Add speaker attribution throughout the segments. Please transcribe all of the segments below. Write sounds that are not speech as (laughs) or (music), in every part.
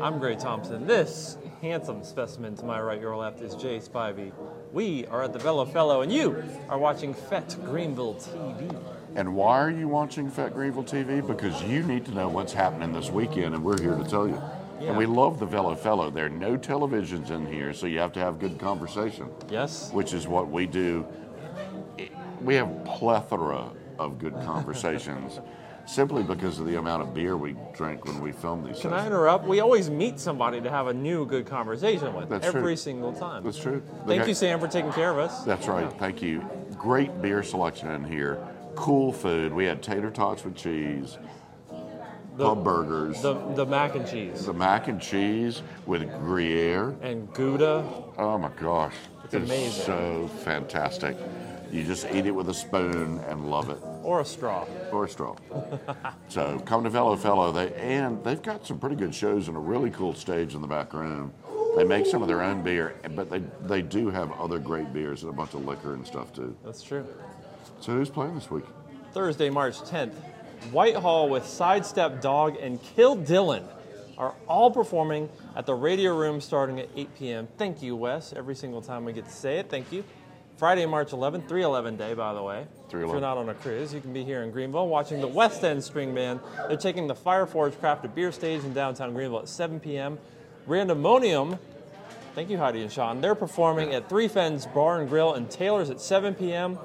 Speaker 1: I'm Gray Thompson. This handsome specimen to my right, your left, is Jay Spivey. We are at the Bello Fellow, and you are watching FET Greenville TV.
Speaker 2: And why are you watching Fat Greenville TV? Because you need to know what's happening this weekend, and we're here to tell you.
Speaker 1: Yeah.
Speaker 2: And we love the Velo Fellow. There are no televisions in here, so you have to have good conversation,
Speaker 1: Yes?
Speaker 2: which is what we do. It- We have plethora of good
Speaker 1: (laughs)
Speaker 2: conversations simply because of the amount of beer we drink when we film these
Speaker 1: Can I
Speaker 2: sessions.
Speaker 1: interrupt? We always meet somebody to have a new good conversation with
Speaker 2: That's
Speaker 1: every
Speaker 2: true.
Speaker 1: single time.
Speaker 2: That's true.
Speaker 1: Thank
Speaker 2: Okay.
Speaker 1: you, Sam, for taking care of us.
Speaker 2: That's right. Thank you. Great beer selection in here. Cool food. We had tater tots with cheese, pub burgers,
Speaker 1: The, the mac and cheese
Speaker 2: the mac and cheese with Gruyere.
Speaker 1: and Gouda.
Speaker 2: Oh my gosh.
Speaker 1: It's amazing.
Speaker 2: so fantastic. You just eat it with a spoon and love it.
Speaker 1: Or a straw.
Speaker 2: Or
Speaker 1: (laughs)
Speaker 2: a straw. so come to Fellow Fellow. They and they've got some pretty good shows and a really cool stage in the back room. They make some of their own beer, but they they do have other great beers and a bunch of liquor and stuff too.
Speaker 1: That's true.
Speaker 2: So who's playing this week?
Speaker 1: Thursday, March 10th, Whitehall with Sidestep Dog and Kill Dylan are all performing at the Radio Room starting at 8 p.m. Thank you, Wes. Every single time we get to say it, thank you. Friday, March 11th, 311 day, by the way. If
Speaker 2: 311.
Speaker 1: you're not on a cruise, you can be here in Greenville watching the West End String Band. They're taking the Fireforge Crafted Beer Stage in downtown Greenville at 7 p.m. Randomonium Thank you, Heidi and Sean. They're performing at Three Fens Bar and Grill and Taylor's at 7 p.m.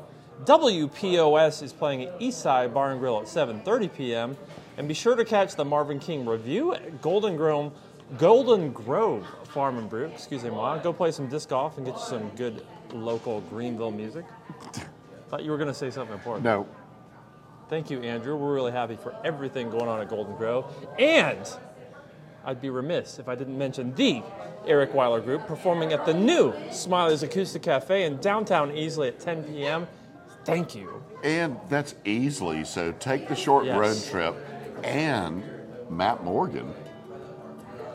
Speaker 1: WPOS is playing at Eastside Bar and Grill at 7:30 p.m. And be sure to catch the Marvin King review at Golden Grove, Golden Grove Farm and Brew. Excuse me, Ma. Go play some disc golf and get you some good local Greenville music. Thought you were going to say something important.
Speaker 2: No.
Speaker 1: Thank you, Andrew. We're really happy for everything going on at Golden Grove. And I'd be remiss if I didn't mention the Eric Weiler Group performing at the new Smiley's Acoustic Cafe in downtown Easley at 10 p.m. Thank you.
Speaker 2: And that's easily. So take the short
Speaker 1: Yes.
Speaker 2: road trip. And Matt Morgan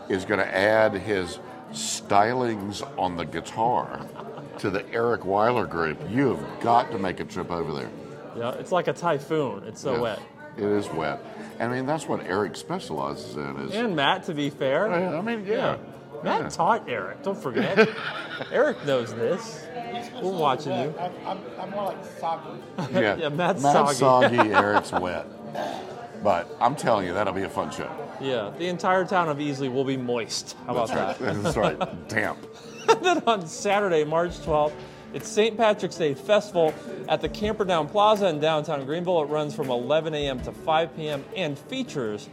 Speaker 2: is going to add his stylings on the guitar to the Eric Weiler group. You have got to make a trip over there.
Speaker 1: Yeah, it's like a typhoon. It's so
Speaker 2: Yes.
Speaker 1: wet.
Speaker 2: It is wet. I mean, that's what Eric specializes in. Is
Speaker 1: And Matt, to be fair.
Speaker 2: I mean, Oh, yeah.
Speaker 1: (laughs) Matt
Speaker 2: Yeah.
Speaker 1: taught Eric. Don't
Speaker 2: (laughs)
Speaker 1: forget. Eric knows this. We're watching you.
Speaker 3: I'm, I'm, I'm more like soccer.
Speaker 2: Yeah,
Speaker 1: Yeah, Matt's soggy. (laughs)
Speaker 2: soggy. Eric's wet. But I'm telling you, that'll be a fun show. (laughs)
Speaker 1: Yeah, the entire town of Easley will be moist. How about that?
Speaker 2: That's right. That's right. Damp.
Speaker 1: then on Saturday, March 12th, it's St. Patrick's Day Festival at the Camperdown Plaza in downtown Greenville. It runs from 11 a.m. to 5 p.m. and features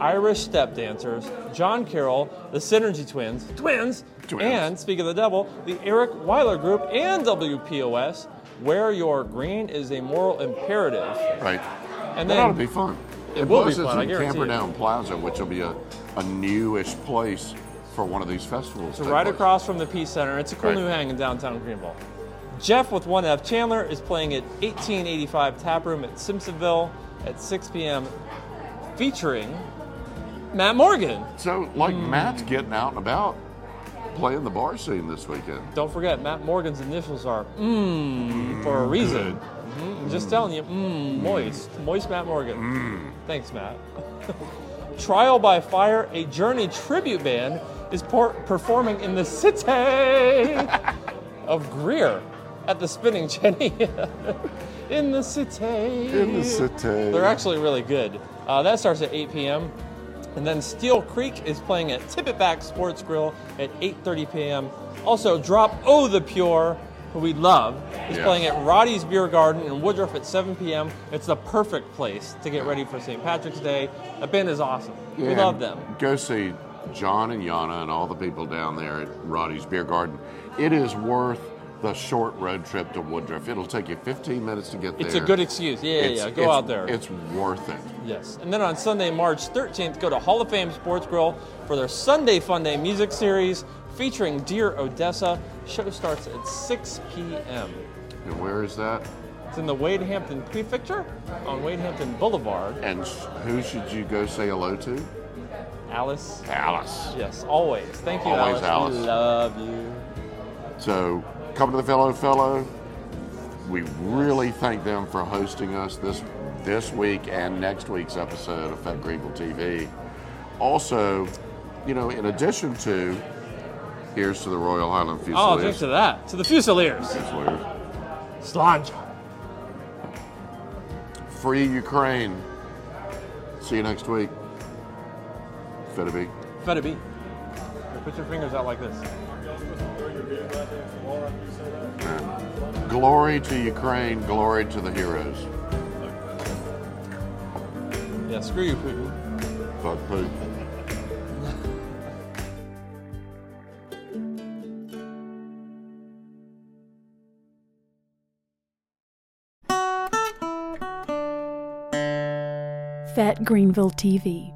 Speaker 1: Irish step dancers, John Carroll, the Synergy Twins, Twins,
Speaker 2: Twins.
Speaker 1: and Speak of the Devil, the Eric Weiler Group, and WPOS. Wear Your Green is a Moral Imperative.
Speaker 2: Right.
Speaker 1: And
Speaker 2: That ought to
Speaker 1: then
Speaker 2: be fun.
Speaker 1: It
Speaker 2: And
Speaker 1: will be
Speaker 2: plus
Speaker 1: fun, I
Speaker 2: It's in
Speaker 1: guarantee it.
Speaker 2: Camperdown Plaza, which will be a, a newish place for one of these festivals.
Speaker 1: So
Speaker 2: that
Speaker 1: right
Speaker 2: place.
Speaker 1: across from the Peace Center, it's a cool
Speaker 2: Right.
Speaker 1: new hang in downtown Greenville. Jeff with 1F Chandler is playing at 1885 Tap Room at Simpsonville at 6 p.m. featuring Matt Morgan.
Speaker 2: So like
Speaker 1: Hmm.
Speaker 2: Matt's getting out and about, playing the bar scene this weekend.
Speaker 1: Don't forget, Matt Morgan's initials are mmm for a reason. Mhm, I'm Just telling you, mmm, moist. Moist Matt Morgan. Thanks, Matt. (laughs) Trial by Fire, a Journey tribute band, is por- performing in the city of Greer at the Spinning Jenny. (laughs) in the city.
Speaker 2: In the city.
Speaker 1: They're actually really good. Uh, that starts at 8 p.m. And then Steel Creek is playing at Tippetback Sports Grill at 8:30 p.m. Also, Drop O the Pure, who we love, is
Speaker 2: Yes.
Speaker 1: playing at Roddy's Beer Garden in Woodruff at 7 p.m. It's the perfect place to get ready for St. Patrick's Day. That band is awesome. we
Speaker 2: And
Speaker 1: love them.
Speaker 2: Go see John and Yana and all the people down there at Roddy's Beer Garden. It is worth the short road trip to Woodruff. It'll take you 15 minutes to get there.
Speaker 1: It's a good excuse. Yeah, yeah,
Speaker 2: It's-
Speaker 1: yeah. Go
Speaker 2: it's-
Speaker 1: out there.
Speaker 2: It's worth it.
Speaker 1: Yes. And then on Sunday, March 13th, go to Hall of Fame Sports Grill for their Sunday Fun Day music series featuring Dear Odessa. Show starts at 6 p.m.
Speaker 2: And where is that?
Speaker 1: It's in the Wade Hampton Prefecture on Wade Hampton Boulevard.
Speaker 2: And sh- who should you go say hello to?
Speaker 1: Alice.
Speaker 2: Alice.
Speaker 1: Yes, always. Thank you,
Speaker 2: Always,
Speaker 1: Alice. We
Speaker 2: Alice.
Speaker 1: love you.
Speaker 2: So, come to the fellow fellow. We really thank them for hosting us this this week and next week's episode of Fat Greenville TV. Also, you know, in addition to here's to the Royal Highland
Speaker 1: Oh, I'll drink
Speaker 2: Fusiliers.
Speaker 1: to that. To the Fusiliers.
Speaker 2: Fusiliers.
Speaker 1: Slanja.
Speaker 2: Free Ukraine. See you next week. Better be.
Speaker 1: Better be. Put your fingers out like this.
Speaker 2: Glory to Ukraine. Glory to the heroes.
Speaker 1: Yeah, screw you, Putin.
Speaker 2: Fuck Putin.
Speaker 4: Fat Greenville TV.